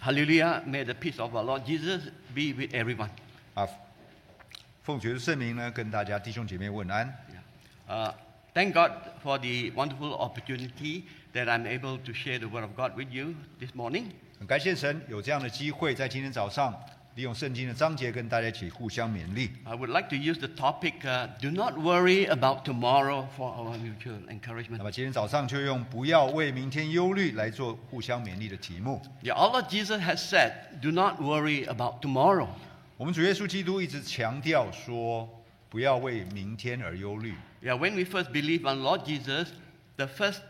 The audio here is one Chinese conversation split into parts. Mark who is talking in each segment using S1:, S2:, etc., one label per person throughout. S1: Hallelujah. May the peace of our Lord Jesus be with everyone.
S2: 啊，奉主的圣名呢，跟大家弟兄姐妹问安。
S1: Yeah. Uh, thank God for the wonderful opportunity that I'm able to share the Word of God with you this morning.
S2: 很感谢神有这样的机会，在今天早上利用圣经的章节跟大家一起互相勉励。
S1: I would like to use the topic uh, Do Not Worry About Tomorrow for our mutual
S2: 那
S1: encouragement.
S2: 么今天早上就用“不要为明天忧虑”来做互相勉励的题目。
S1: Yeah, our Lord Jesus has said, Do not worry about tomorrow.
S2: 我们主耶稣基督一直强调说，不要为明天而忧虑。
S1: Yeah, when we first believe on Lord Jesus, the first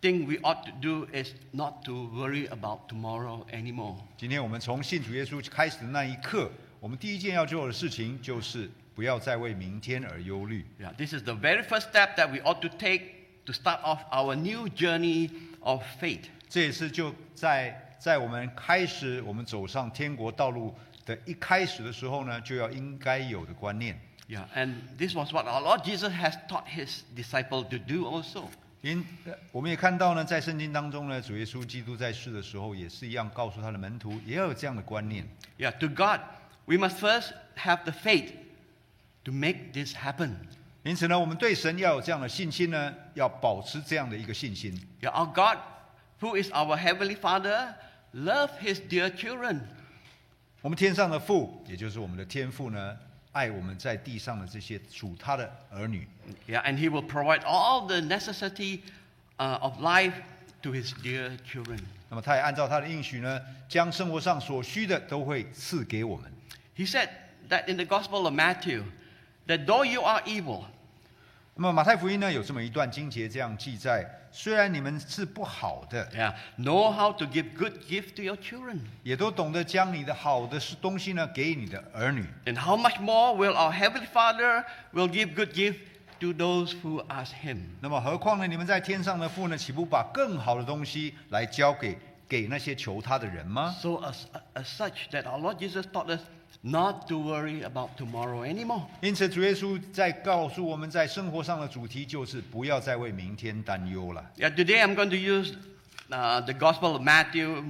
S1: thing we ought to do is not to worry about tomorrow anymore.
S2: 今天我们从信主耶稣开始的那一刻，我们第一件要做的事情就是不要再为明天而忧虑。
S1: Yeah, this is the very first step that we ought to take to start off our new journey of faith.
S2: 这也是就在在我们开始我们走上天国道路的一开始的时候呢，就要应该有的观念。
S1: Yeah, and this was what our Lord Jesus has taught his disciple to do also.
S2: 因呃我们也看到呢，在圣经当中呢，主耶稣基督在世的时候也是一样，告诉他的门徒也要有这样的观念。
S1: Yeah, to God, we must first have the faith to make this happen.
S2: 因此呢，我们对神要有这样的信心呢，要保持这样的一个信心。
S1: Yeah, our God, who is our heavenly Father, loves his dear children.
S2: 我们天上的父，也就是我们的天父呢，爱我们在地上的这些属他的儿女，
S1: Yeah, and he will provide all the necessity uh, of life to his dear children.
S2: 那么他也按照他的应许呢，将生活上所需的都会赐给我们。
S1: He said that in the Gospel of Matthew, that though you are evil,
S2: 那么马太福音呢有这么一段经节这样记载：虽然你们是不好的，
S1: yeah, know how to give good gift to your children.
S2: 也都懂得将你的好的东西呢给你的儿女。
S1: And how much more will our heavenly Father will give good gift to those who ask him?
S2: 那么何况呢，你们在天上的父呢，岂不把更好的东西来交给给那些求他的人吗？
S1: So as, as such that our Lord Jesus taught us not to worry about tomorrow anymore.
S2: 因此，主耶稣在告诉我们在生活上的主题就是不要再为明天担忧了。
S1: Yeah, today I'm going to use uh, the Gospel of Matthew,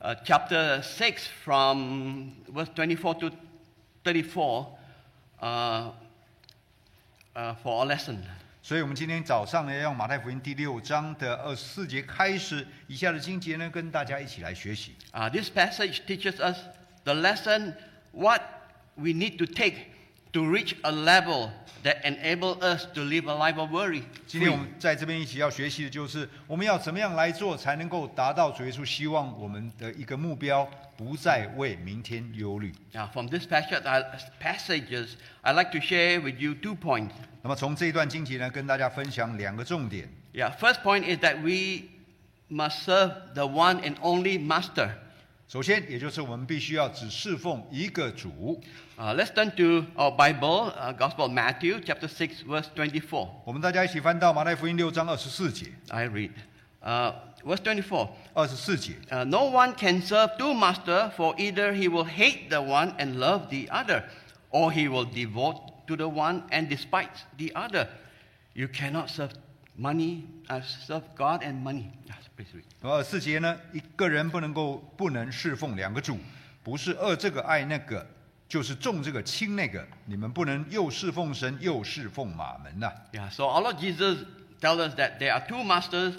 S1: uh, chapter 6, from verse 24 to 34, uh, uh, for a lesson.
S2: 所以，我们今天早上呢，要用马太福音第六章的二十四节开始，以下的经节呢，跟大家一起来学习。
S1: Uh, this passage teaches us the lesson what we need to take to reach a level that enable us to live a life of worry.
S2: 今天我
S1: free.
S2: 们在这边一起要学习的就是，我们要怎么样来做，才能够达到主耶稣希望我们的一个目标，不再为明天忧虑。
S1: Now, from this passage, I, passages, I'd like to share with you two points.
S2: 那么从这一段经节呢，跟大家分享两个重点。
S1: Yeah, first point is that we must serve the one and only Master.
S2: 首先，也就是我们必须要只侍奉一个主。
S1: Uh, let's turn to our Bible, uh, Gospel of Matthew, chapter 6, verse 24.
S2: 我们大家一起翻到马太福音六章二十四节，
S1: I read. Uh, verse 24.
S2: 二十四节。
S1: Uh, no one can serve two masters, for either he will hate the one and love the other, or he will devote to the one and despise the other. You cannot serve money, uh, serve God and money. Yes, please read.
S2: 那么二十四节呢，一个人不能够不能侍奉两个主，不是恶这个爱那个，就是重这个轻那个。你们不能又侍奉神又侍奉马门呐、
S1: Yeah, so our Lord Jesus tells us that there are two masters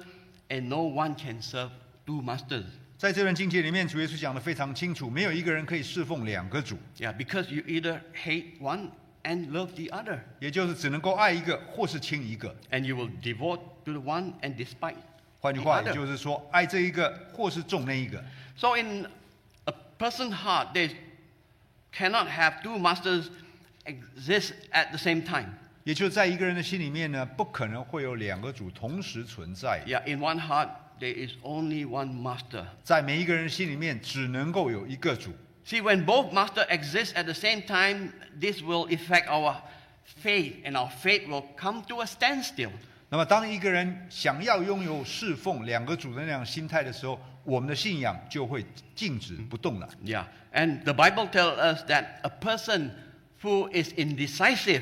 S1: and no one can serve two masters.
S2: 在这段经节里面，主耶稣讲的非常清楚，没有一个人可以侍奉两个主，
S1: Yeah, because you either hate one and love the other,
S2: 也就是只能够爱一个或是亲一个。
S1: and you will devote to the one and despise
S2: 换句
S1: the
S2: 话，也
S1: other.
S2: 就是说，爱这一个或是重那一个。
S1: So in a person's heart, they cannot have two masters exist at the same time.
S2: 也就在一个人的心里面呢，不可能会有两个主同时存在。
S1: Yeah, in one heart there is only one master.
S2: 在每一个人的心里面，只能够有一个主。
S1: See, when both masters exist at the same time, this will affect our faith, and our faith will come to a standstill.
S2: 那么，当一个人想要拥有侍奉两个主的那样心态的时候，我们的信仰就会静止不动了。
S1: Yeah, and the Bible tells us that a person who is indecisive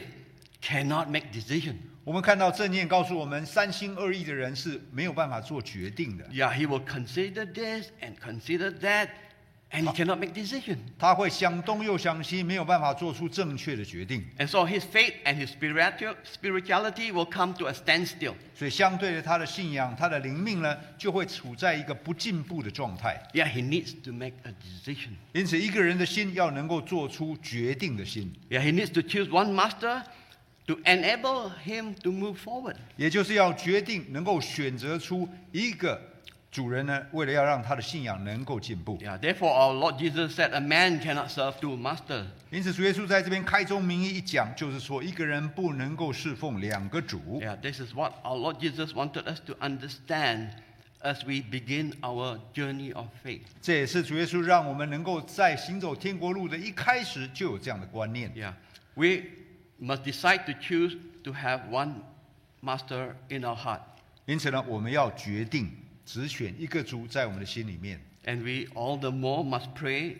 S1: cannot make decision.
S2: 我们看到正念告诉我们，三心二意的人是没有办法做决定的。
S1: Yeah, he will consider this and consider that and he cannot make decision.
S2: 他会想东又想西，没有办法做出正确的决定。
S1: And so his faith and his spiritual, spirituality will come to a standstill.
S2: 所以，相对的，他的信仰、他的灵命呢，就会处在一个不进步的状态。
S1: Yeah, he needs to make a decision.
S2: 因此，一个人的心要能够做出决定的心，
S1: Yeah, he needs to choose one master to enable him to move forward.
S2: 也就是要决定能够选择出一个主人呢，为了要让他的信仰能够进步。
S1: Yeah, therefore our Lord Jesus said, a man cannot serve two masters.
S2: 因此，主耶稣在这边开宗明义一讲，就是说一个人不能够侍奉两个主。
S1: Yeah, this is what our Lord Jesus wanted us to understand as we begin our journey of faith.
S2: 这也是主耶稣让我们能够在行走天国路的一开始就有这样的观念。
S1: Yeah, we must decide to choose to have one master in our heart,
S2: 因此呢，我们要决定只选一个主在我们的心里面，
S1: and we all the more must pray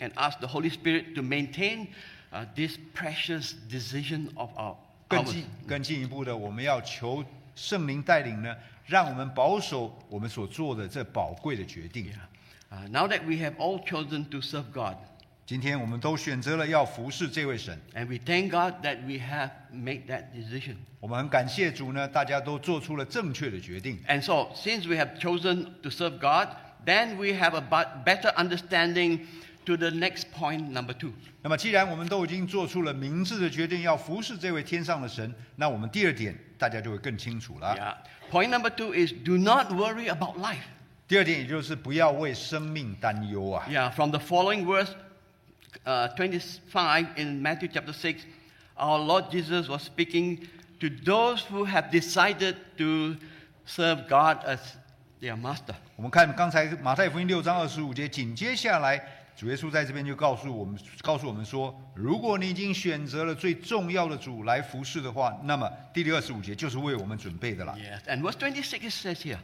S1: and ask the Holy Spirit to maintain uh, this precious decision of our.
S2: 更
S1: ours.
S2: 进更进一步的，我们要求圣灵带领呢，让我们保守我们所做的这宝贵的决定
S1: Yeah.。Uh, now that we have all chosen to serve God,
S2: 今天我们都选择了要服侍这位神，
S1: and we thank God that we have made that decision.
S2: 我们很感谢主呢，大家都做出了正确的决定。
S1: And so, since we have chosen to serve God, then we have a bu- better understanding to the next point, number two.
S2: 那么，既然我们都已经做出了明智的决定，要服侍这位天上的神，那我们第二点大家就会更清楚了。
S1: Yeah. Point number two is do not worry about life.
S2: 第二点，也就是不要为生命担忧啊。
S1: Yeah, from the following verse uh, 25 in Matthew chapter 6, our Lord Jesus was speaking to those who have decided to serve God as their master.
S2: 我们看刚才马太福音六章二十五节，紧接下来，主耶稣在这边就告诉我们，告诉我们说，如果你已经选择了最重要的主来服侍的话，那么第二十五节就是为我们准备的啦。
S1: Yes. And verse 26 it says here,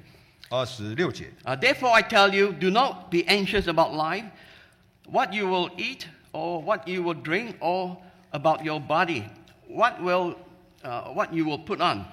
S2: 二十六节，
S1: Uh, Therefore, I tell you, do not be anxious about life, what you will eat, or what you will drink, or about your body, what, will, uh, what you will put on.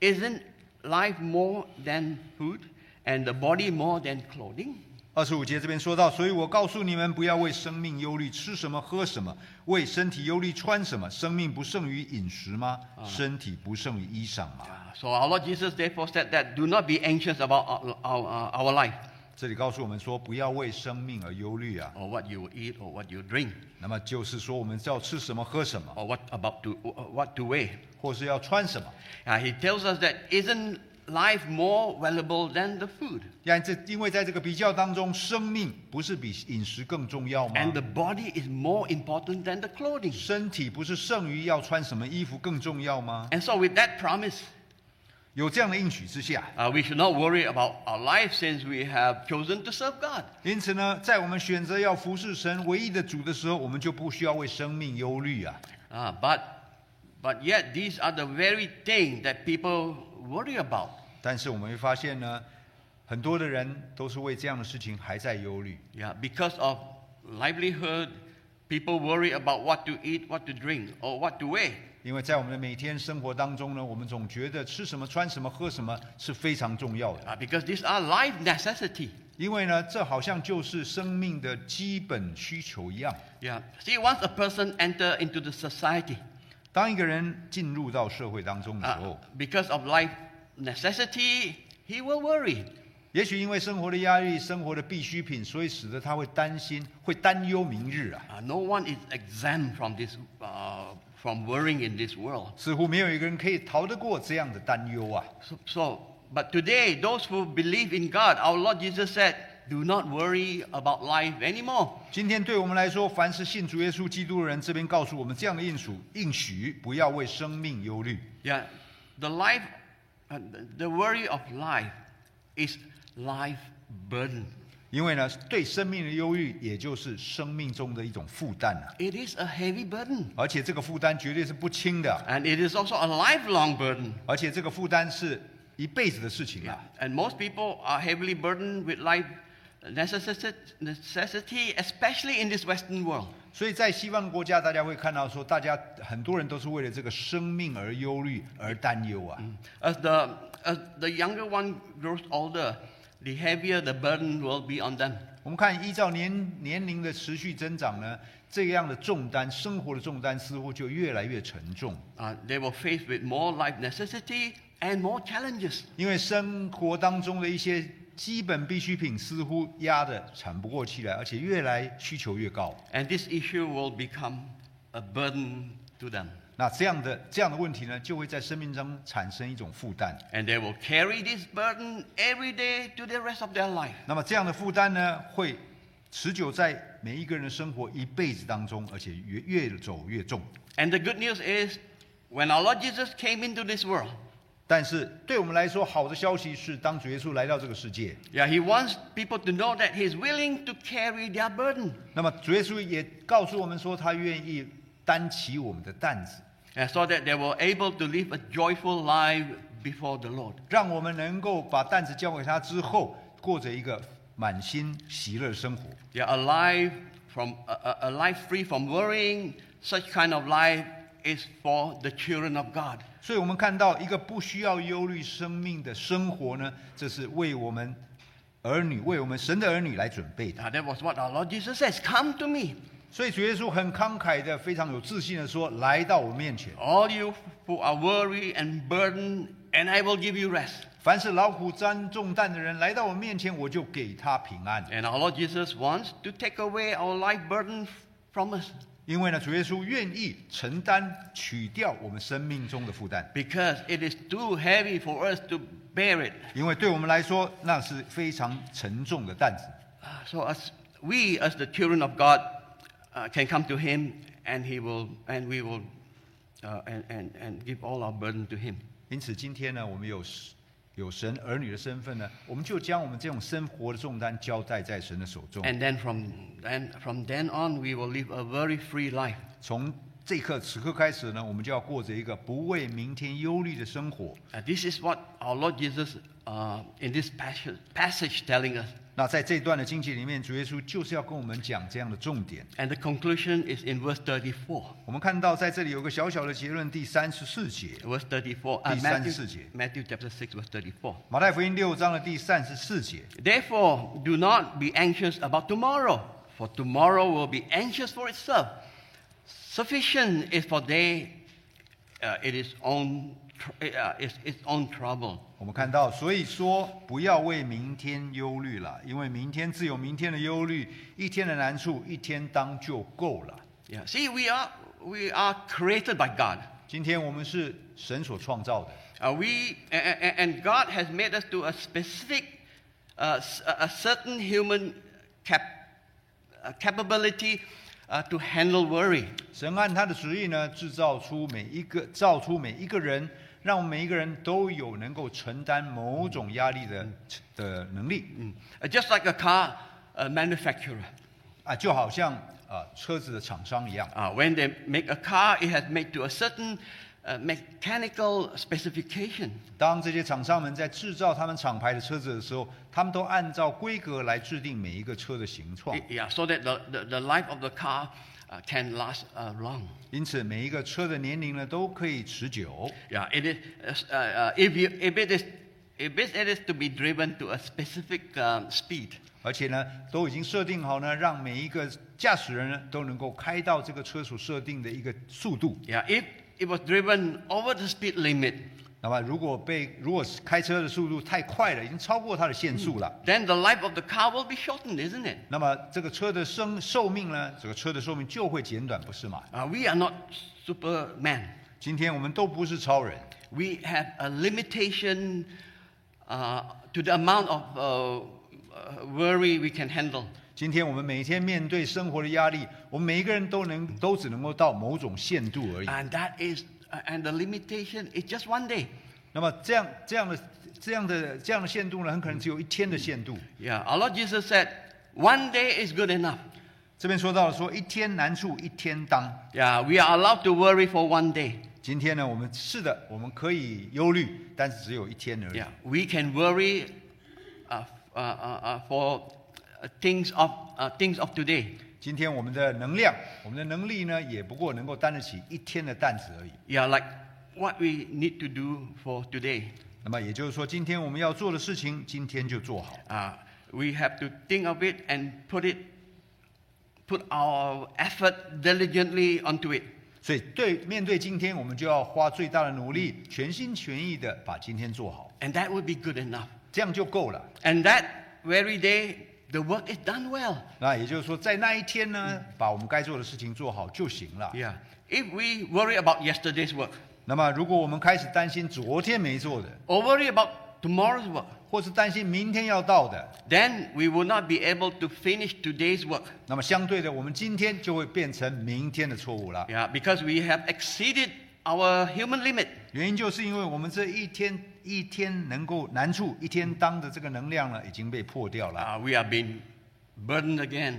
S1: Isn't life more than food, and the body more than clothing?
S2: 二十五节这边说到，所以我告诉你们，不要为生命忧虑，吃什么喝什么；为身体忧虑，穿什么。生命不胜于饮食吗？身体不胜于衣裳吗？
S1: Uh, so our Lord Jesus therefore said that do not be anxious about our, our, uh, our life,
S2: 这里告诉我们说，不要为生命而忧虑啊。
S1: or what you will eat, or what you drink,
S2: 那么就是说，我们要吃什么喝什么，
S1: or what about to uh, what to wear.
S2: 或是要穿什么。
S1: Uh, he tells us that isn't life more valuable than the food?
S2: 因为这因为在这个比较当中，生命不是比饮食更重要吗
S1: And the body is more important than the clothing.
S2: 身体不是胜于要穿什么衣服更重要吗？
S1: And so, with that promise,
S2: 有这样的应许之下，
S1: uh, we should not worry about our life since we have chosen to serve God.
S2: 因此呢，在我们选择要服侍神唯一的主的时候，我们就不需要为生命忧虑啊。
S1: Uh, but, but yet, these are the very thing that people worry about.
S2: 但是我们会发现呢，很多的人都是为这样的事情还在忧虑，
S1: Yeah, because of livelihood, people worry about what to eat, what to drink, or what to wear.
S2: 因为在我们的每天生活当中呢，我们总觉得吃什么、穿什么、喝什么是非常重要的，
S1: Uh, because these are life necessity.
S2: 因为呢，这好像就是生命的基本需求一样。
S1: Yeah. See, once a person enter into the society,
S2: 当一个人进入到社会当中的
S1: uh,
S2: 时候，
S1: because of life necessity, he will worry.
S2: 也许因为生活的压力、生活的必需品，所以使得他会担心、会担忧明日啊。
S1: Uh, no one is exempt from this, uh, from worrying in this world.
S2: 似乎没有一个人可以逃得过这样的担忧啊。
S1: So, so, but today, those who believe in God, our Lord Jesus said, "Do not worry about life anymore."
S2: 今天对我们来说，凡是信主耶稣基督的人，这边告诉我们这样的应许：应许不要为生命忧虑。
S1: Yeah, the life, uh, the worry of life, is life burden.
S2: 因为呢，对生命的忧虑，也就是生命中的一种负担啊，
S1: It is a heavy burden,
S2: 而且这个负担绝对是不轻的，
S1: and it is also a lifelong burden.
S2: 而且这个负担是一辈子的事情啊。
S1: And most people are heavily burdened with life necessi- necessity, especially in this Western world.
S2: 所以在西方国家，大家会看到说，大家很多人都是为了这个生命而忧虑、而担忧啊。
S1: As the, as the younger one grows older, the heavier the burden will be on them.
S2: 我们看，依照年年龄的持续增长呢，这样的重担，生活的重担似乎就越来越沉重，
S1: Uh, they were faced with more life necessity and more challenges.
S2: 因为生活当中的一些基本必需品似乎压得喘不过气来，而且越来需求越高。
S1: And this issue will become a burden to them.
S2: 那这样的这样的问题呢，就会在生命中产生一种负担。
S1: And they will carry this burden every day to the rest of their life.
S2: 那么这样的负担呢，会持久在每一个人的生活一辈子当中，而且越越走越重。
S1: And the good news is, when our Lord Jesus came into this world,
S2: 但是对我们来说，好的消息是，当主耶稣来到这个世界，
S1: yeah, He wants people to know that He's willing to carry their burden.
S2: 那么主耶稣也告诉我们说，他愿意担起我们的担子，
S1: And so that they were able to live a joyful life before the Lord.
S2: 让我们能够把担子交给他之后，过着一个满心喜乐的生活。
S1: Yeah, a life from a, a- a life free from worrying, such kind of life is for the children of God.
S2: 所以，我们看到一个不需要忧虑生命的生活呢，这是为我们儿女、为我们神的儿女来准备的。
S1: Now, that was what our Lord Jesus says, "Come to me,
S2: 所以，主耶稣很慷慨的、非常有自信的说：“来到我面前，
S1: all you who are weary and burdened, and I will give you rest."
S2: 凡是劳苦担重担的人，来到我面前，我就给他平安。
S1: And our Lord Jesus wants to take away our life burden from us ”
S2: 因为呢，主耶稣愿意承担、取掉我们生命中的负担，
S1: because it is too heavy for us to bear it.
S2: 因为对我们来说，那是非常沉重的担子。
S1: Uh, So as we, as the children of God, uh, can come to Him, and He will, and we will, uh, and, and, and give all our burden to Him.
S2: 因此，今天呢，我们有神有神儿女的身份呢，我们就将我们这种生活的重担交代在神的手中。
S1: And then from then from then on, we will live a very free life.
S2: 从这一刻此刻开始呢，我们就要过着一个不为明天忧虑的生活。
S1: Uh, this is what our Lord Jesus, uh, in this passage, passage, telling us.
S2: 那在这段的经节里面，主耶稣就是要跟我们讲这样的重点。
S1: And the conclusion is in verse 34.
S2: 我们看到在这里有个小小的结论，第三十四节，
S1: Verse 34. Uh,
S2: 第三十四节。
S1: Matthew, Matthew chapter 6, verse 34.
S2: 马太福音六章的第三十四节。
S1: Therefore, do not be anxious about tomorrow, for tomorrow will be anxious for itself. Sufficient is for day, uh, it is own, tr- uh, its, its own trouble.
S2: 我们看到，所以说不要为明天忧虑了，因为明天自有明天的忧虑，一天的难处一天当就够了。
S1: Yeah. See, we are, we are created by God.
S2: 今天我们是神所创造的，
S1: Uh, we, a- a- and God has made us to a specific, uh, s- a a certain human cap- uh, capability uh, to handle worry.
S2: 神按他的旨意呢，制造出每一个造出每一个人，让我们每一个人都有能够承担某种压力的的能力
S1: Mm. Uh, Just like a car uh, manufacturer.
S2: 啊，就好像啊车子的厂商一样，
S1: Uh, when they make a car, it has made to a certain uh, mechanical specification.
S2: 当这些厂商们在制造他们厂牌的车子的时候，他们都按照规格来制定每一个车的形状
S1: It-，yeah, so that the, the, the life of the car uh, can last uh, long.
S2: 因此每一个车的年龄呢都可以持久。
S1: Yeah, it is, uh, uh, if, you, if, it is, if it it is to be driven to a specific um, speed.
S2: 而且呢，都已经设定好呢，让每一个驾驶人呢都能够开到这个车所设定的一个速度。
S1: Yeah, if it was driven over the speed limit,
S2: 那么如果被如果是开车的速度太快了，已经超过它的限速了，
S1: then the life of the car will be shortened, isn't it?
S2: 那么这个车的生寿命呢，这个车的寿命就会减短，不是吗？
S1: Uh, we are not Superman.
S2: 今天我们都不是超人，
S1: We have a limitation uh, to the amount of uh, uh, worry we can handle.
S2: 今天我们每天面对生活的压力，我们每一个人都能都只能够到某种限度而已。
S1: And that is, uh, and the limitation is just one day.
S2: 那么这样这样的这样的这样的限度呢，很可能只有一天的限度。
S1: Yeah, our Lord Jesus said, one day is good enough.
S2: 这边说到了说一天难处一天当。
S1: Yeah, we are allowed to worry for one day.
S2: 今天呢，我们是的，我们可以忧虑，但是只有一天而已。
S1: Yeah, we can worry uh, uh, uh, uh, for uh, things of, uh, things of today.
S2: 今天我们的能量，我们的能力呢，也不过能够担得起一天的担子而已。
S1: Yeah, like what we need to do for today.
S2: 那么也就是说，今天我们要做的事情，今天就做好。
S1: Uh, we have to think of it and put it, put our effort diligently onto it.
S2: 所以对面对今天，我们就要花最大的努力，全心全意的把今天做好，
S1: And that would be good enough.
S2: 这样就够了。
S1: And that very day, the work is done well.
S2: 那啊也就是说，在那一天呢，把我们该做的事情做好就行了。
S1: Yeah. If we worry about yesterday's work
S2: 那么，如果我们开始担心昨天没做的，
S1: or worry about tomorrow's work,
S2: 或是担心明天要到的，
S1: then we will not be able to finish today's work.
S2: 那么相对的，我们今天就会变成明天的错误了。
S1: Yeah, because we have exceeded our human limit.
S2: 原因就是因为我们这一天一天能够难处一天当的这个能量呢，已经被破掉了。
S1: Uh, we are being burdened again.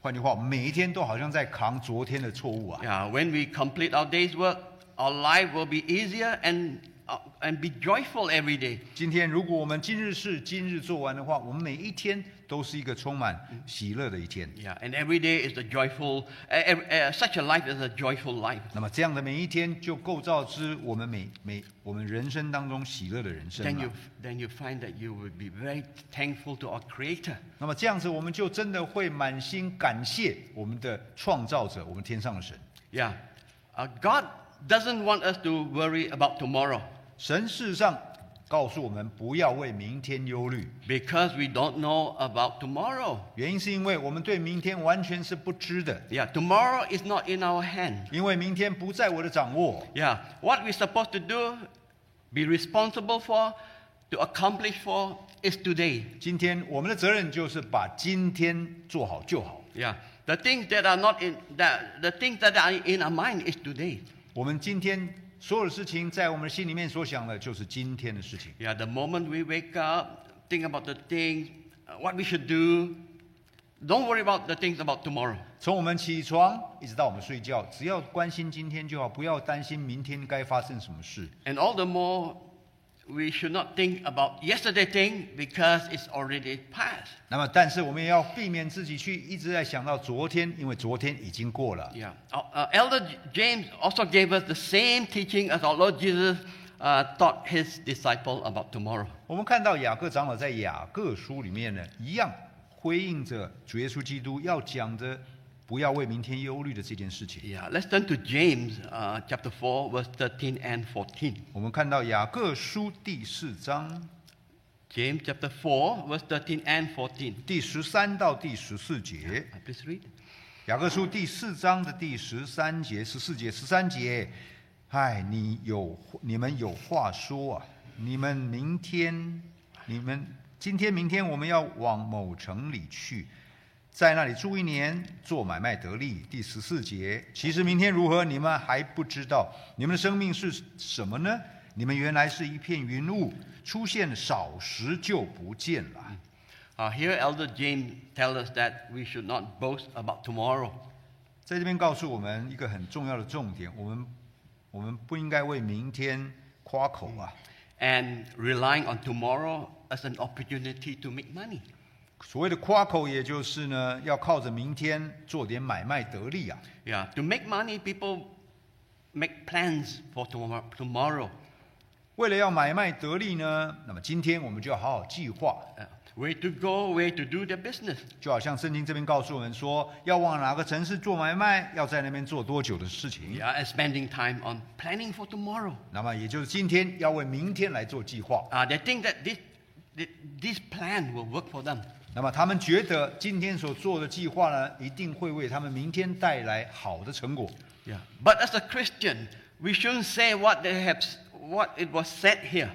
S2: 换句话，我们每一天都好像在扛昨天的错误啊。
S1: Yeah, when we complete our day's work, our life will be easier and, uh, and be joyful every day.
S2: 今天如果我们今日事今日做完的话，我们每一天都是一个充满喜乐的一天。
S1: Yeah, and every day is a joyful, uh, uh, such a life is a joyful life.
S2: 那么这样的每一天就构造之我们每每我们人生当中喜乐的人生
S1: Then
S2: 了
S1: you,。then you find that you will be very thankful to our Creator.
S2: 那么这样子，我们就真的会满心感谢我们的创造者，我们天上的神。
S1: Yeah. Uh, God doesn't want us to worry about tomorrow
S2: 神事实上告诉我们不要为明天忧虑，
S1: because we don't know about tomorrow.
S2: 原因是因为我们对明天完全是不知的，
S1: Yeah, tomorrow is not in our hand.
S2: 因为明天不在我的掌握。
S1: Yeah, what we're supposed to do, be responsible for, to accomplish for, is today.
S2: 今天我们的责任就是把今天做好就好。
S1: Yeah, the things that are not in that, the things that are in our mind is today.
S2: 我们今天所有的事情，在我们心里面所想的，就是今天的事情。
S1: Yeah, the moment we wake up, think about the things, uh, what we should do. Don't worry about the things about tomorrow.
S2: 从我们起床一直到我们睡觉，只要关心今天就好，不要担心明天该发生什么事。
S1: And all the more, we should not think about yesterday thing because it's already past.
S2: 那么，但是我们也要避免自己去一直在想到昨天，因为昨天已经过了。
S1: Yeah. Our- our Elder J- James also gave us the same teaching as our Lord Jesus uh, taught his disciple about tomorrow.
S2: 我们看到雅各长老在雅各书里面呢，一样回应着主耶稣基督要讲的“不要为明天忧虑”的这件事情。
S1: Yeah. Let's turn to James uh, chapter 4, verse 13 and 14.
S2: 我们看到雅各书第四章
S1: James chapter 4, verse 13 and 14.
S2: 第十三到第十四节，
S1: Uh, Please read.
S2: 雅各书第四章的第十三节、十四节、十三节，嗨，你有你们有话说啊！你们明天，你们今天、明天我们要往某城里去，在那里住一年，做买卖得利。第十四节，其实明天如何，你们还不知道。你们的生命是什么呢？你们原来是一片云雾，出现少时就不见了。
S1: Uh, here, Elder James tells us that we should not boast about tomorrow.
S2: 在这边告诉我们一个很重要的重点：我们我们不应该为明天夸口啊。
S1: and relying on tomorrow as an opportunity to make money.
S2: 所谓的夸口，也就是呢，要靠着明天做点买卖得利啊。
S1: Yeah, to make money, people make plans for tomorrow. tomorrow.
S2: 为了要买卖得利呢，那么今天我们就要好好计划，
S1: Uh, where to go, where to do their business.
S2: 就好像圣经这边告诉我们说，要往哪个城市做买卖，要在那边做多久的事情。
S1: Yeah, and spending time on planning for tomorrow.
S2: 那么也就是今天要为明天来做计划。
S1: Uh, they think that this, thi- this plan will work for them.
S2: 那么他们觉得今天所做的计划呢，一定会为他们明天带来好的成果。
S1: Yeah. But as a Christian, we shouldn't say what they have, s- what it was said here.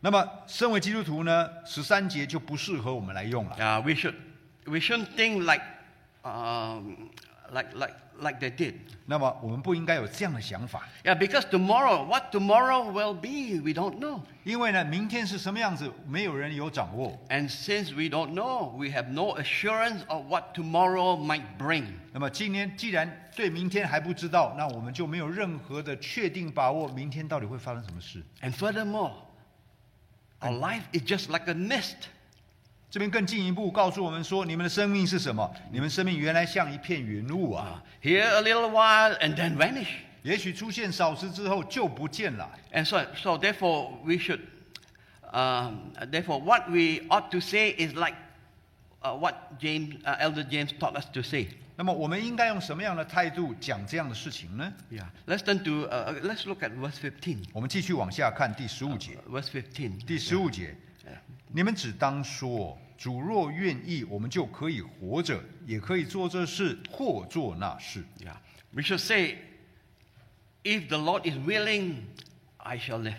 S2: 那么，身为基督徒呢，十三节就不适合我们来用了。
S1: Uh, we should, we shouldn't think like, um, like, like, like they did.
S2: 那么，我们不应该有这样的想法，
S1: Yeah, because tomorrow, what tomorrow will be, we don't know.
S2: 因为呢，明天是什么样子，没有人有掌握。
S1: And since we don't know, we have no assurance of what tomorrow might bring.
S2: 那么，今天既然对明天还不知道，那我们就没有任何的确定把握，明天到底会发生什么事。
S1: And furthermore, our life is just like a mist.
S2: 这边更进一步告诉我们说，你们的生命是什么？你们生命原来像一片云雾啊，
S1: Uh, here a little while and then vanish.
S2: 也许出现少时之后就不见了。
S1: And so, so therefore, we should, um, therefore, what we ought to say is like uh, what James, uh, Elder James taught us to say.
S2: 那么我们应该用什么样的态度讲这样的事情呢？
S1: Yeah. Let's turn to, uh, uh, let's look at verse 15.
S2: 我们继续往下看第十五节。
S1: Verse 15.
S2: 第十五节，你们只当说，主若愿意，我们就可以活着，也可以做这事或做那事。
S1: Yeah. We should say, if the Lord is willing, I shall live.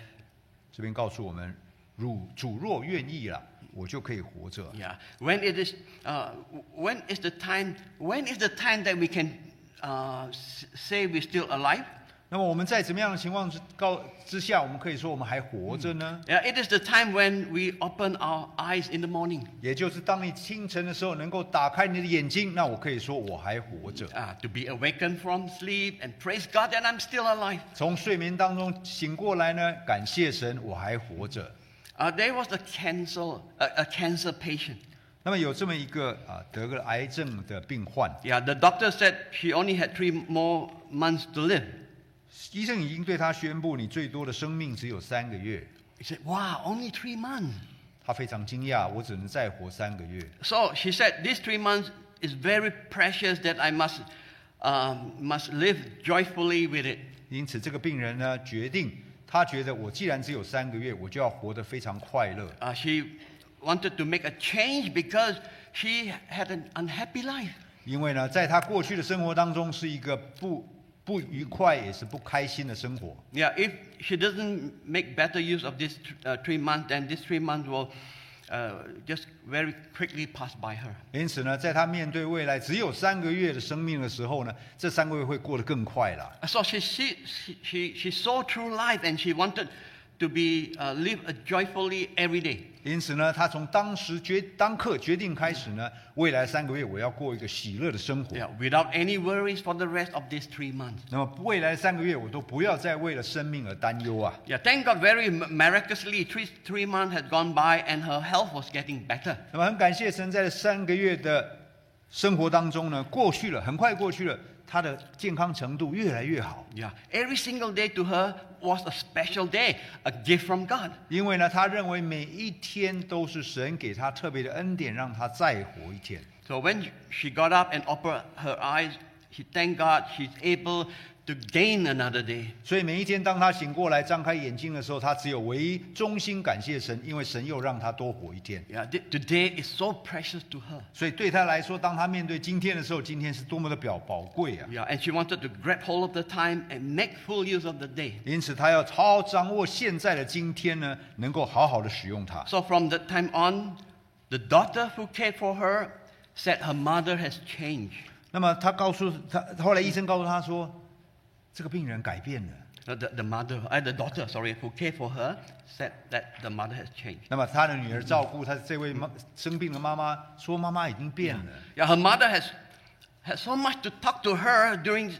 S2: 这边告诉我们，如主若愿意了，我就可以活着。
S1: Yeah. When it is, uh, when is the time? When is the time that we can uh, s- say we're still alive?
S2: 那么我们在怎么样的情况之高之下，我们可以说我们还活着呢？
S1: Yeah, it is the time when we open our eyes in the morning
S2: 也就是当你清晨的时候能够打开你的眼睛，那我可以说我还活着。
S1: uh, to be awakened from sleep and praise God that I'm still alive.
S2: 从睡眠当中醒过来呢，感谢神，我还活着。
S1: Uh, there was a cancer, a, a cancer patient.
S2: 那么有这么一个啊得个癌症的病患，
S1: Yeah, the doctor said she only had three more months to live.
S2: 医生已经对他宣布，你最多的生命只有三个月。
S1: He said, "Wow, only three months."
S2: 他非常惊讶，我只能再活三个月。
S1: So she said, These three months is very precious that I must, um, must live joyfully with it.
S2: 因此，这个病人呢，决定他觉得我既然只有三个月，我就要活得非常快乐。
S1: Uh, she wanted to make a change because she had an unhappy life.
S2: 因为呢，在他过去的生活当中，是一个不不愉快也是不开心的生活。
S1: Yeah, if she doesn't make better use of this th- uh, three months, then this three months will uh, just very quickly pass by her.
S2: 因此呢，在他面对未来只有三个月的生命的时候呢，这三个月会过得更快了。
S1: Uh, So she, she, she, she saw through life and she wanted to be uh, live uh, joyfully every day.
S2: 因此呢，他从当时决当刻决定开始呢，未来三个月我要过一个喜乐的生活。
S1: Yeah, without any worries for the rest of these three months.
S2: 那么未来三个月，我都不要再为了生命而担忧啊！
S1: Yeah, thank God very m- miraculously, three, three months had gone by and her health was getting better.
S2: 那么很感谢神，在三个月的生活当中呢，过去了，很快过去了，他的健康程度越来越好。
S1: Yeah, every single day to her was a special day, a gift from God.
S2: 因为呢，他认为每一天都是神给他特别的恩典，让他再活一天。
S1: So when she got up and opened her eyes, she thanked God she's able to gain another day.
S2: 所以每一天，当他醒过来、张开眼睛的时候，他只有唯一衷心感谢神，因为神又让他多活一天。
S1: Yeah, th- today is so precious to her.
S2: 所以对他来说，当他面对今天的时候，今天是多么的表宝贵啊！
S1: Yeah, and she wanted to grab hold of the time and make full use of the day.
S2: 因此，他要好好掌握现在的今天呢，能够好好的使用它。
S1: So from that time on, the daughter who cared for her said her mother has changed.
S2: 那么，他告诉他，后来医生告诉他说，这个病人改变了。
S1: Uh, The, the mother, uh, the daughter, sorry, who cared for her said that the mother has changed.
S2: 那么，他的女儿照顾他这位妈生病的妈妈，说妈妈已经变了。
S1: Yeah, her mother has had so much to talk to her during,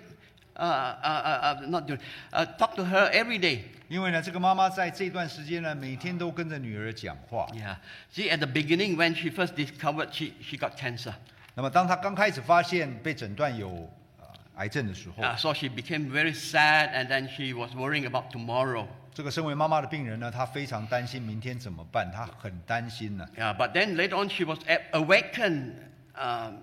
S1: uh, uh, uh, uh, not during, uh, talk to her every day.
S2: 因为呢，这个妈妈在这段时间呢，每天都跟着女儿讲话。
S1: Yeah, see, at the beginning when she first discovered she, she got cancer,
S2: 那么，当她刚开始发现被诊断有呃癌症的时候，
S1: uh, so she became very sad, and then she was worrying about tomorrow.
S2: 这个身为妈妈的病人呢，她非常担心明天怎么办，她很担心呢、
S1: Yeah, but then later on she was a- awakened. Um,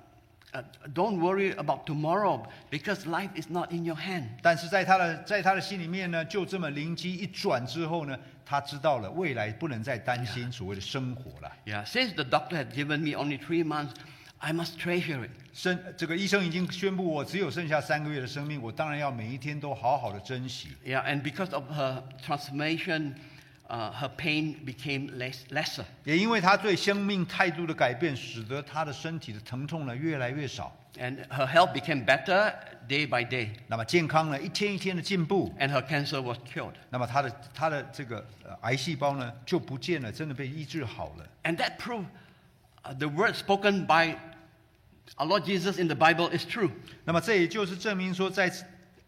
S1: uh, don't worry about tomorrow because life is not in your hand.
S2: 但是在她的在她的心里面呢，就这么灵机一转之后呢，她知道了未来不能再担心所谓的生活了。
S1: Yeah, since the doctor had given me only three months, I must treasure it.
S2: 生这个医生已经宣布我只有剩下三个月的生命，我当然要每一天都好好的珍惜。
S1: Yeah, and because of her transformation, uh, her pain became less, lesser.
S2: 也因为她对生命态度的改变，使得她的身体的疼痛呢越来越少。
S1: And her health became better day by day.
S2: 那么健康呢一天一天的进步，
S1: And her cancer was cured.
S2: 那么她的她的这个呃癌细胞呢就不见了，真的被医治好了。
S1: And that proved uh, the word spoken by our Lord Jesus in the Bible is true.
S2: 那么这也就是证明说，在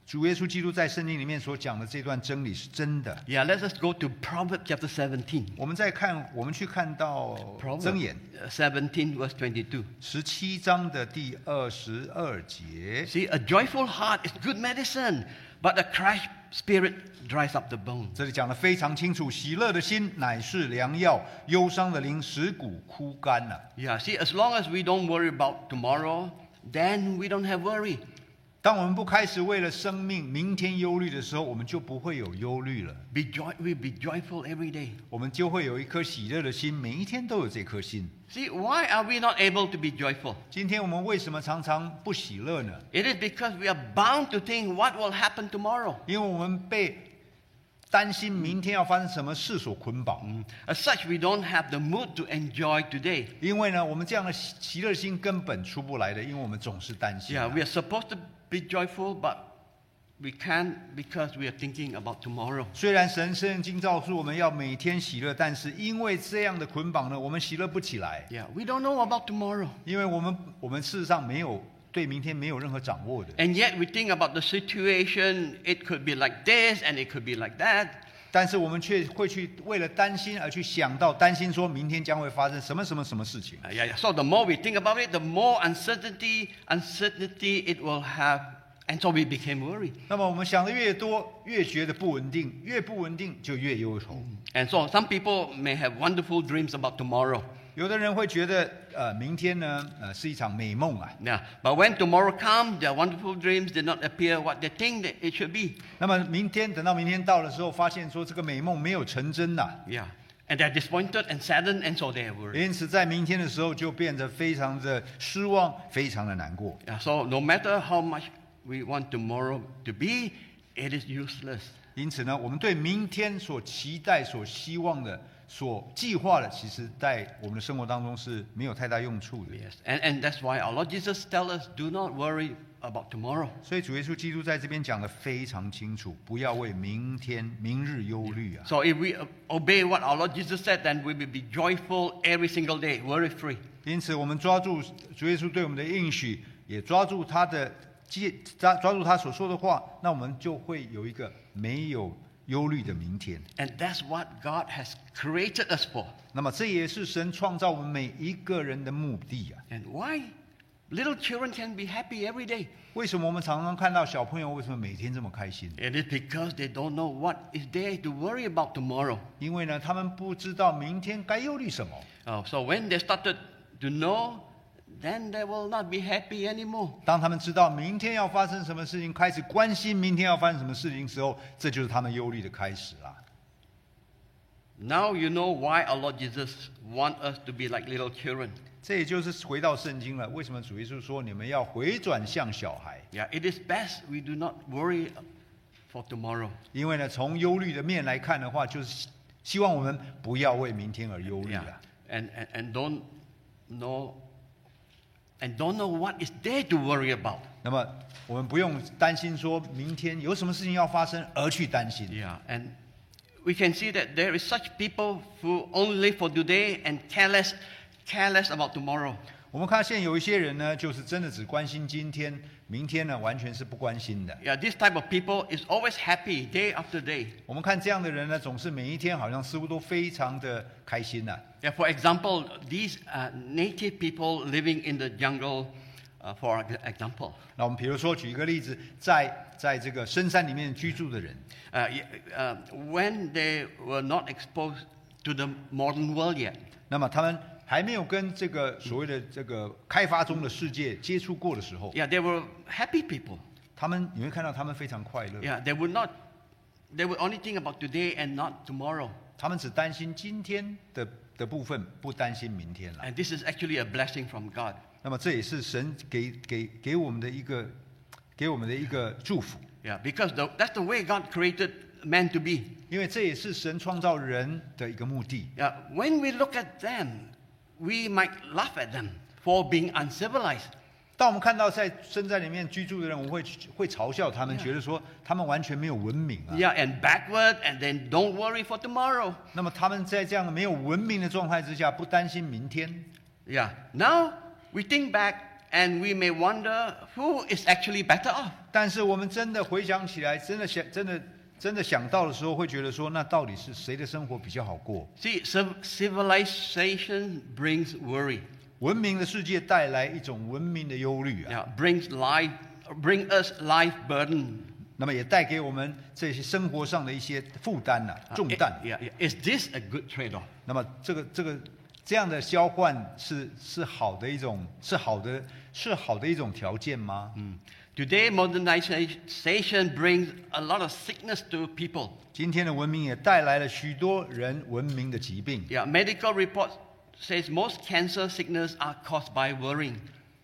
S2: 主耶稣基督在圣经里面所讲的这段真理是真的。
S1: Yeah, let us go to Proverbs chapter 17.
S2: 我们再看，我们去看到箴言
S1: uh, 17, verse 22.
S2: 十七章的第二十二节。
S1: See, a joyful heart is good medicine, but a crushed spirit dries up the bones.
S2: 这里讲的非常清楚，喜乐的心乃是良药，忧伤的灵使骨枯干了、
S1: Yeah, see, as long as we don't worry about tomorrow, then we don't have worry.
S2: 当我们不开始为了生命、明天忧虑的时候，我们就不会有忧虑了，
S1: Be joy- we be joyful every day.
S2: 我们就会有一颗喜乐的心，每一天都有这颗心。
S1: See, why are we not able to be joyful?
S2: 今天我们为什么常常不喜乐呢？
S1: It is because we are bound to think what will happen tomorrow.
S2: 因为我们被担心明天要发生什么事所捆绑。
S1: As such, we don't have the mood to enjoy today.
S2: 因为呢，我们这样的喜喜乐心根本出不来的，因为我们总是担心啊、
S1: Yeah, we are supposed to be joyful, but we can't because we are thinking about tomorrow.
S2: 虽然神圣经告诉我们要每天喜乐，但是因为这样的捆绑呢，我们喜乐不起来，
S1: Yeah, we don't know about tomorrow.
S2: 因为我们我们事实上没有对明天没有任何掌握的。
S1: And yet we think about the situation, it could be like this and it could be like that.
S2: 但是我们却会去为了担心而去想到担心说明天将会发生什么什么什么事情。
S1: Uh, yeah, yeah. So the more we think about it, the more uncertainty, uncertainty it will have. And so we became worried.
S2: 那么我们想的越多，越觉得不稳定，越不稳定就越忧愁。
S1: And so some people may have wonderful dreams about tomorrow.
S2: 有的人会觉得，呃，明天呢，呃，是一场美梦啊。
S1: Yeah. But when tomorrow comes, their wonderful dreams did not appear what they think that it should be.
S2: 那么明天等到明天到的时候，发现说这个美梦没有成真呐、
S1: Yeah. And they're disappointed and saddened, and so they are worried.
S2: 因此在明天的时候就变得非常的失望，非常的难过。
S1: Yeah, so no matter how much we want tomorrow to be, it is useless.
S2: 因此呢，我们对明天所期待、所希望的、所计划的，其实在我们的生活当中是没有太大用处的。
S1: Yes. And, and that's why our Lord Jesus tells us do not worry about tomorrow.
S2: 所以主耶稣基督在这边讲的非常清楚，不要为明天、明日忧虑啊。
S1: So if we uh, obey what our Lord Jesus said, then we will be joyful every single day, worry free.
S2: 因此，我们抓住主耶稣对我们的应许，也抓住他的借抓抓住他所说的话，那我们就会有一个没有忧虑的明天。
S1: And that's what God has created us for.
S2: 那么，这也是神创造我们每一个人的目的啊。
S1: And why little children can be happy every day?
S2: 为什么我们常常看到小朋友为什么每天这么开心？
S1: It is because they don't know what is there to worry about tomorrow.
S2: 因为呢，他们不知道明天该忧虑什么。
S1: Oh, so when they started to know, then they will not be happy anymore.
S2: 当他们知道明天要发生什么事情，开始关心明天要发生什么事情的时候，这就是他们忧虑的开始啦。
S1: Now you know why our Lord Jesus want us to be like little children.
S2: 这也就是回到圣经了。为什么主耶稣说你们要回转向小孩？
S1: Yeah, it is best we do not worry for tomorrow.
S2: 因为呢，从忧虑的面来看的话，就是希希望我们不要为明天而忧虑啊
S1: Yeah.
S2: 了，
S1: And, and and don't know and don't know what is there to worry about.
S2: 那么我们不用担心说明天有什么事情要发生而去担心。
S1: Yeah. And we can see that there is such people who only live for today and careless careless about tomorrow.
S2: 我们看现在有一些人呢，就是真的只关心今天，明天呢完全是不关心的。
S1: Yeah, this type of people is always happy day after day.
S2: 我们看这样的人呢，总是每一天好像似乎都非常的开心啊呐、
S1: Yeah, for example, these uh, native people living in the jungle, uh, for ex- example,
S2: 那我们比如说举一个例子，在在这个深山里面居住的人，
S1: uh, y- uh, when they were not exposed to the modern world yet,
S2: 那么他们还没有跟这个所谓的这个开发中的世界接触过的时候，
S1: yeah, they were happy people.
S2: 他们你会看到他们非常快乐，
S1: Yeah, they would not, they would only think about today and not tomorrow.
S2: 他们只担心今天的的部分，不担心明天了。
S1: And this is actually a blessing from God.
S2: 那么这也是神给给给我们的一个给我们的一个祝福，
S1: Yeah, because the, that's the way God created man to be.
S2: 因为这也是神创造人的一个目的。
S1: Yeah, when we look at them, we might laugh at them for being uncivilized.
S2: 当我们看到在深山里面居住的人，我们会会嘲笑他们，觉得说他们完全没有文明啊。
S1: Yeah, and backward, and then don't worry for tomorrow.
S2: 那么他们在这样没有文明的状态之下，不担心明天。
S1: Yeah. Now we think back and we may wonder who is actually better off.
S2: 但是我们真的回想起来，真的想，真的真的想到的时候，会觉得说，那到底是谁的生活比较好过？
S1: See, civ- civilization brings worry,
S2: 文明的世界带来一种文明的忧虑啊，
S1: yeah, brings life, bring us life burden.
S2: 那么也带给我们这些生活上的一些负担呐、
S1: Uh,
S2: 重
S1: it-
S2: 担。啊
S1: yeah, yeah. Is this a good trade-off?
S2: 那么这个这个这样的交换是是好的一种是好的是好的一种条件吗？
S1: Mm. Today, modernization brings a lot of sickness to people.
S2: 今天的文明也带来了许多人文明的疾病。
S1: Yeah, medical reports says most cancer sickness are caused by worrying.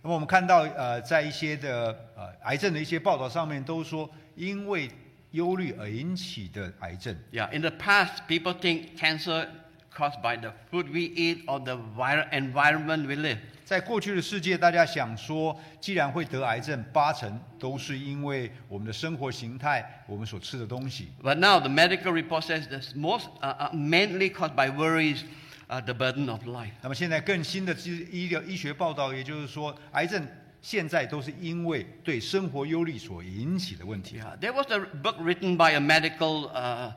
S2: 那么我们看到呃，在一些的呃癌症的一些报道上面都说，因为忧虑而引起的癌症。
S1: Yeah, in the past, people think cancer caused by the food we eat or the vir- environment we live.
S2: 在过去的世界，大家想说，既然会得癌症，八成都是因为我们的生活形态，我们所吃的东西。
S1: But now, the medical report says that most uh, are mainly caused by worries, uh, the burden of life.
S2: 那么现在更新的医医疗医学报道，也就是说，癌症现在都是因为对生活忧虑所引起的问题。
S1: Yeah, there was a book written by a medical uh,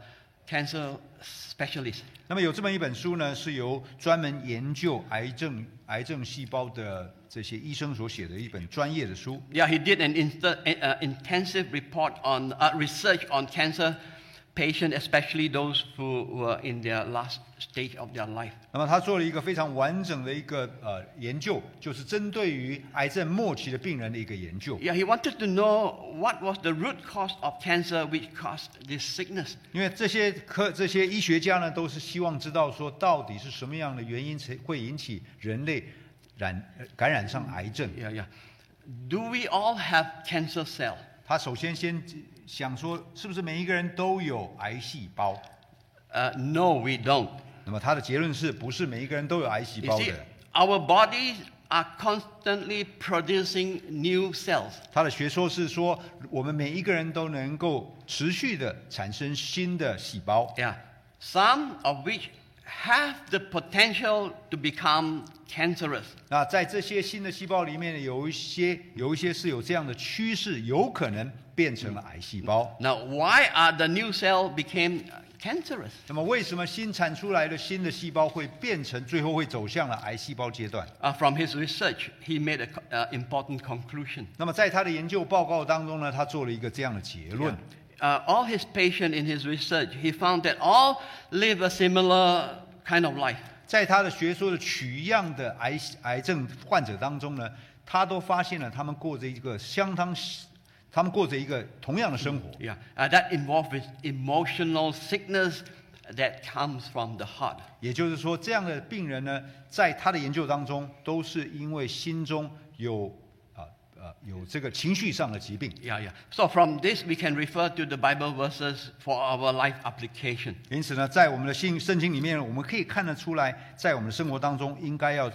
S1: cancer specialist.
S2: 那么有这么一本书呢，是由专门研究癌症癌症细胞的这些医生所写的一本专业的书。
S1: Yeah, he did an inst- uh, intensive report on uh, research on cancer patients, especially those who were in their last stage of their life.
S2: 那么他做了一个非常完整的一个呃研究，就是针对于癌症末期的病人的一个研究。
S1: Yeah, he wanted to know what was the root cause of cancer which caused this sickness.
S2: 因为这些科这些医学家呢，都是希望知道说到底是什么样的原因才会引起人类染呃感染上癌症。
S1: Yeah, yeah. Do we all have cancer cell?
S2: 他首先先想说，是不是每一个人都有癌细胞？
S1: Uh, no, we don't.
S2: 那么他的结论是不是每一个人都有癌细
S1: You
S2: 胞
S1: see,
S2: 的？
S1: our bodies are constantly producing new cells.
S2: 他的学说是说，我们每一个人都能够持续的产生新的细胞，
S1: Yeah. Some of which have the potential to become cancerous.
S2: 那在这些新的细胞里面，有一些有一些是有这样的趋势，有可能变成了癌细胞。
S1: Now, why are the new cell became uh, cancerous?
S2: 那么，为什么新产出来的新的细胞会变成最后会走向了癌细胞阶段？
S1: Uh, from his research, he made an uh, important conclusion.
S2: 那么，在他的研究报告当中呢，他做了一个这样的结论。
S1: Uh, all his patients in his research, he found that all live a similar kind of life.
S2: 在他的学说的取样的癌癌症患者当中呢，他都发现了他们过着一个相当，他们过着一个同样的生活。
S1: Yeah, uh, that involved with emotional sickness that comes from the heart.
S2: 也就是说，这样的病人呢，在他的研究当中，都是因为心中有啊呃有这个情绪上的疾病。
S1: Yeah, yeah. So from this, we can refer to the Bible verses for our life application.
S2: 因此呢，在我们的信圣经里面，我们可以看得出来，在我们的生活当中，应该要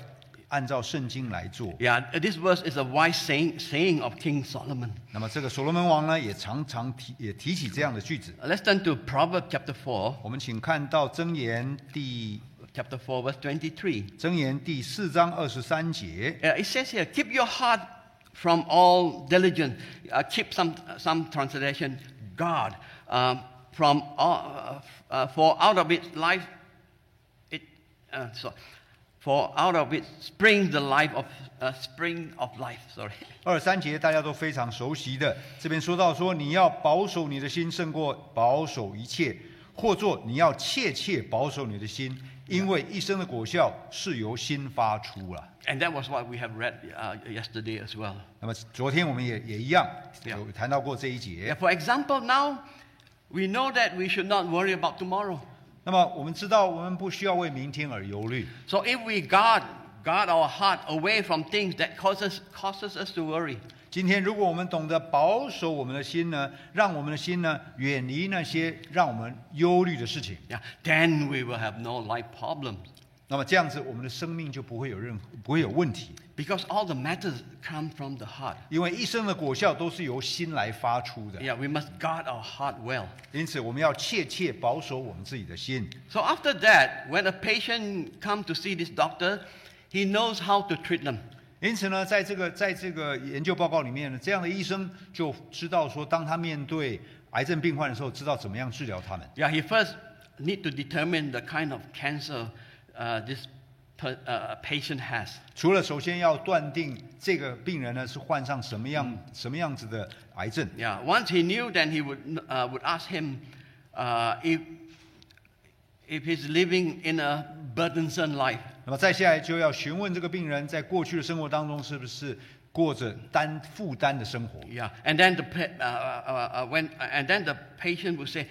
S2: 按照圣经来做。
S1: Yeah, this verse is a wise saying, saying of King Solomon.
S2: 那么，这个所罗门王呢，也常常提也提起这样的句子。
S1: Uh, Let's turn to Proverbs chapter 4,
S2: 我们请看到箴言第
S1: chapter 4, verse 23.
S2: 箴言第四章二十三节，
S1: Uh, it says here, keep your heart from all diligence. Uh, keep some, some translation, guard. Um, from all, uh, uh, for out of its life, it, uh, so, for out of it springs the life of, uh, spring of life, sorry.
S2: 二三节大家都非常熟悉的。这边说到说，你要保守你的心胜过保守一切，或做你要切切保守你的心，因为一生的果效是由心发出了。
S1: And that was what we have read uh, yesterday as well.
S2: 那么昨天我们也也一样
S1: Yeah.
S2: 有谈到过这一
S1: Yeah,
S2: 节。
S1: for example, now we know that we should not worry about tomorrow.
S2: 那么我们知道，我们不需要为明天而忧虑。
S1: So if we guard, guard our heart away from things that causes, causes us to worry,
S2: 今天，如果我们懂得保守我们的心呢，让我们的心呢远离那些让我们忧虑的事情，
S1: yeah, then we will have no life problems.
S2: 那么这样子，我们的生命就不会有任何不会有问题，
S1: Because all the matters come from the heart.
S2: 因为一生的果效都是由心来发出的。
S1: Yeah, we must guard our heart well.
S2: 因此，我们要切切保守我们自己的心。
S1: So after that, when a patient comes to see this doctor, he knows how to treat them.
S2: 因此呢，在这个在这个研究报告里面呢，这样的医生就知道说，当他面对癌症病患的时候，知道怎么样治疗他们。
S1: Yeah, he first need to determine the kind of cancer uh, this per, uh, patient has.
S2: 除了首先要断定这个病人呢是患上什么样、什么样子的癌症，
S1: Yeah, once he knew, then he would, uh, would ask him uh, if, if he's living in a burdensome life.
S2: 那么再下来就要询问这个病人在过去的生活当中是不是过着担负担的生活。
S1: Yeah, and then the, pa- uh, uh, uh, when, and then the patient will say,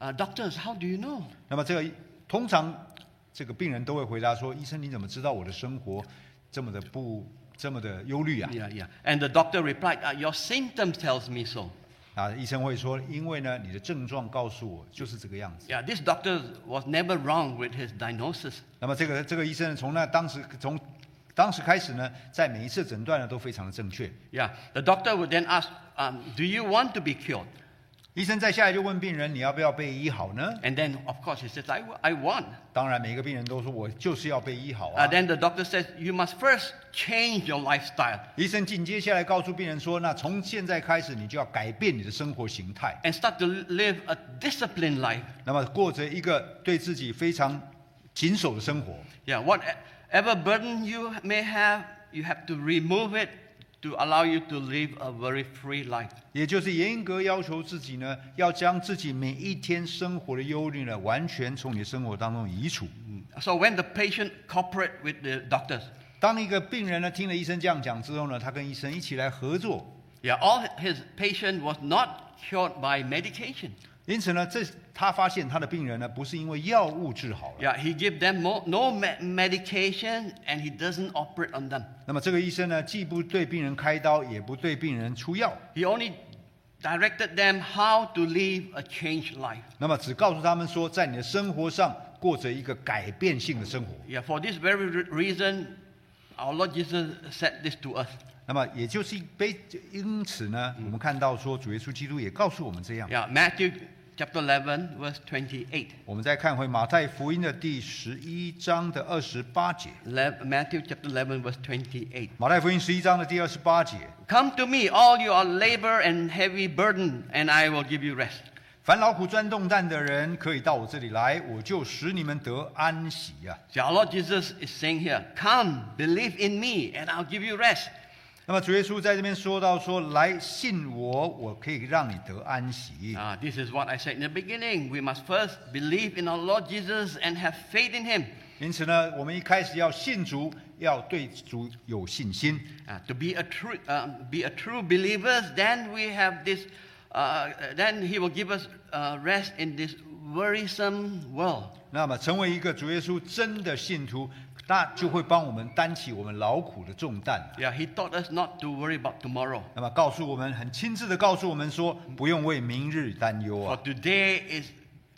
S1: uh, doctors, how do you know?
S2: 那么这个通常这个病人都会回答说：“医生，你怎么知道我的生活这么的不这么的忧虑啊
S1: Yeah, yeah. And the doctor replied, uh, your symptoms tells me so. ？”
S2: 啊，医生会说：“因为呢，你的症状告诉我就是这个样子。
S1: Yeah, this doctor was never wrong with his diagnosis. ”
S2: 那么这个这个医生从那当时从当时开始呢，在每一次诊断呢都非常的正确。
S1: Yeah, the doctor would then ask, um, do you want to be cured?
S2: 医生再下来就问病人：“你要不要被医好呢
S1: And then, of course, he says, I, wa- I want. ？”
S2: 当然，每一个病人都说：“我就是要被医好
S1: Uh,
S2: 啊。”
S1: then the doctor says, you must first change your lifestyle
S2: 医生紧接下来告诉病人说：“那从现在开始，你就要改变你的生活形态。”
S1: and start to live a disciplined life.
S2: 那么过着一个对自己非常谨守的生活。
S1: Yeah, whatever burden you may have, you have to remove it to allow you to live a very free life.
S2: 也就是严格要求自己呢，要将自己每一天生活的忧虑呢，完全从你的生活当中移除。
S1: So when the patient cooperate with the doctors,
S2: 当一个病人呢听了医生这样讲之后呢，他跟医生一起来合作，
S1: yeah, all his patient was not cured by medication.
S2: 因此呢，这他发现他的病人呢不是因为药物治好了。
S1: Yeah, he give them mo- no me- medication and he doesn't operate on them.
S2: 那么这个医生呢，既不对病人开刀，也不对病人出药，
S1: He only directed them how to live a changed life.
S2: 那么只告诉他们说，在你的生活上过着一个改变性的生活。
S1: Yeah, for this very re- reason, our Lord Jesus said this to us.
S2: 那么也就是被因此呢，我们看到说主耶稣基督也告诉我们这样。
S1: Yeah, Matthew chapter 11, verse 28.
S2: 我们再看回马太福音的第十一章的二十八节，
S1: Le- Matthew chapter 11, verse 28.
S2: 马太福音十一章的第二十八节，
S1: Come to me, all you are labor and heavy burden, and I will give you rest.
S2: 凡劳苦钻重担的人，可以到我这里来，我就使你们得安息呀、啊。
S1: So our Lord Jesus is saying here, come, believe in me, and I'll give you rest.
S2: 那么主耶稣在这边说到说，来信我，我可以让你得安息。
S1: Ah, this is what I said in the beginning. We must first believe in our Lord Jesus and have faith in him.
S2: 因此呢，我们一开始要信主，要对主有信心。
S1: Uh, to be a true, um, be a true believers, then we have this. Uh, then He will give us uh, rest in this worrisome world.
S2: 那么，成为一个主耶稣真的信徒，那就会帮我们担起我们劳苦的重担。
S1: Yeah, He taught us not to worry about tomorrow,
S2: 那么，告诉我们很亲自的告诉我们说，不用为明日担忧
S1: for
S2: 啊，
S1: today is.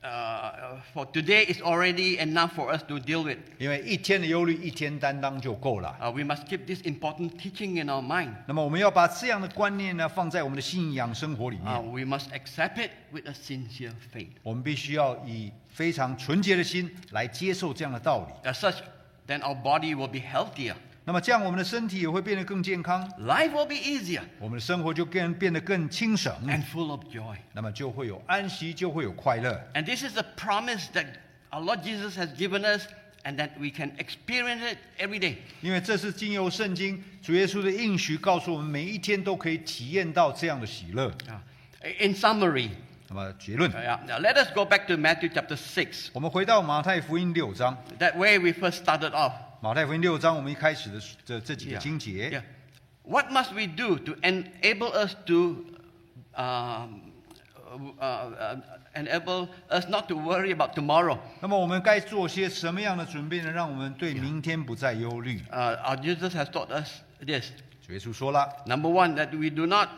S1: Uh, for today is already enough for us to deal with.
S2: 因为一天的忧虑一天担当就够了。
S1: Uh, we must keep this important teaching in our mind.
S2: 那么，我们要把这样的观念呢，放在我们的信仰生活里
S1: Uh,
S2: 面。
S1: we must accept it with a sincere faith.
S2: 我们必须要以非常纯洁的心来接受这样的道理。
S1: As such, then our body will be healthier,
S2: 那么，这样我们的身体也会变得更健康，
S1: life will be easier
S2: 我们的生活就更变得更轻省，
S1: and full of joy.
S2: 那么就会有安息，就会有快乐。
S1: And this is a promise that our Lord Jesus has given us and that we can experience it every day.
S2: 因为这是经由圣经主耶稣的应许，告诉我们每一天都可以体验到这样的喜乐。
S1: Uh, In summary,
S2: 那么结论
S1: uh,，yeah, now let us go back to Matthew chapter 6.
S2: 我们回到马太福音六章，
S1: That way we first started off.
S2: 马太福音六章我们一开始的这这几个
S1: Yeah.
S2: 经节
S1: Yeah. What must we do to enable us to um, uh, uh, enable us not to worry about tomorrow?
S2: 那么我们该做些什么样的准备呢？让我们对明天不再忧虑。
S1: Uh, our Jesus has taught us this.
S2: 主耶稣说了，
S1: Number one, that we do not,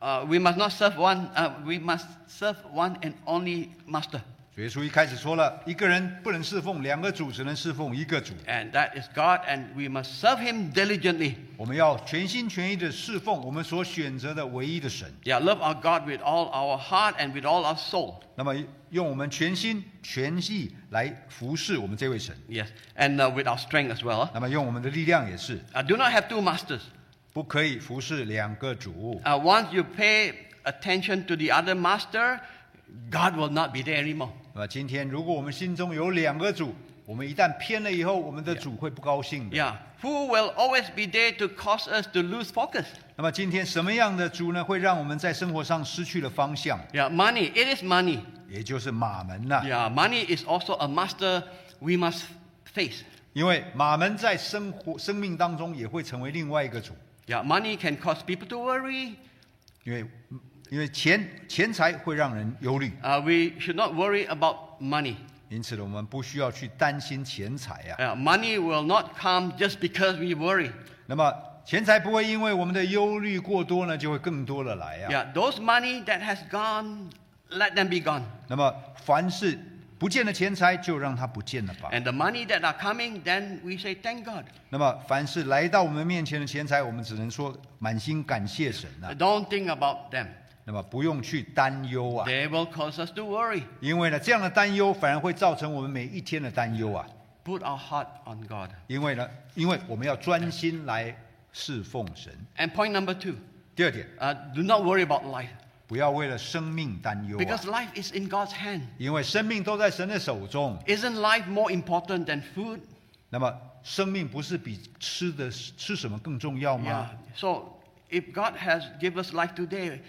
S1: uh, we must not serve one, uh, we must serve one and only master.
S2: 主耶稣一开始说了，一个人不能侍奉两个主，只能侍奉一个主。
S1: And that is God, and we must serve Him diligently.
S2: 我们要全心全意的侍奉我们所选择的唯一的神。
S1: Yeah, love our God with all our heart and with all our soul.
S2: 那么，用我们全心全意来服侍我们这位神。
S1: Yes, and uh, with our strength as well. huh?
S2: 那么，用我们的力量也是，
S1: Uh, do not have two masters.
S2: 不可以服侍两个主。
S1: Uh, once you pay attention to the other master, God will not be there anymore.
S2: 那么，今天如果我们心中有两个主，我们一旦偏了以后，我们的主会不高兴的。
S1: Yeah, who will always be there to cause us to lose focus?
S2: 那么，今天什么样的主呢，会让我们在生活上失去了方向，
S1: Yeah, money. It is money.
S2: 也就是马门呐、
S1: Yeah, money is also a master we must face.
S2: 因为马门在生活生命当中也会成为另外一个主，
S1: Yeah, money can cause people to worry.
S2: 因为因为钱钱财会让人忧虑，
S1: Uh, we should not worry about money.
S2: 因此呢，我们不需要去担心钱财啊呀、
S1: Uh, money will not come just because we worry.
S2: 那么钱财不会因为我们的忧虑过多呢，就会更多的来呀、啊
S1: Yeah, those money that has gone, let them be gone.
S2: 那么凡是不见的钱财，就让它不见了吧。
S1: And the money that are coming, then we say thank God.
S2: 那么凡是来到我们面前的钱财，我们只能说满心感谢神呐、
S1: Don't think about them.
S2: 那么不用去担忧啊，
S1: They will cause us to worry.
S2: 因为呢，这样的担忧反而会造成我们每一天的担忧啊。
S1: Put our heart on God.
S2: 因为呢，因为我们要专心来侍奉神。
S1: And point number two,
S2: 第二点，
S1: uh, do not worry about life
S2: 不要为了生命担忧、啊
S1: because，life is in God's hand.
S2: 因为生命都在神的手中。
S1: Isn't life more important than food?
S2: 那么，生命不是比吃的吃什么更重要吗
S1: Yeah. So if God has give us life today,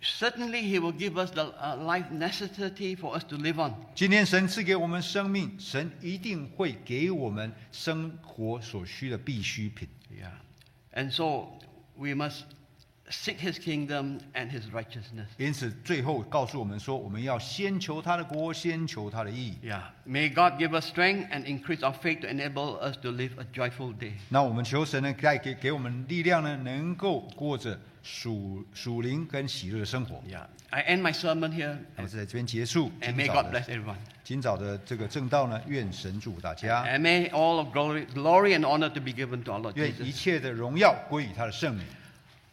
S1: certainly He will give us the uh, life necessity for us to live on.
S2: 今天神赐给我们生命，神一定会给我们生活所需的必需品。
S1: Yeah. And so we must seek His kingdom and His righteousness.
S2: 因此，最后告诉我们说，我们要先求他的国，先求他的义。
S1: Yeah. May God give us strength and increase our faith to enable us to live a joyful day.
S2: 那我们求神呢，带给给我们力量呢，能够过着属属灵跟喜乐的生活。
S1: Yeah. I end my sermon here.
S2: 那么在这边结束
S1: And
S2: 今
S1: may
S2: 早
S1: God
S2: 的
S1: bless everyone.
S2: 今早的这个正道呢，愿神祝福大家，
S1: And may all of glory, glory and honor to be given to our Lord
S2: 愿一
S1: Jesus.
S2: 切的荣耀归于他的圣名。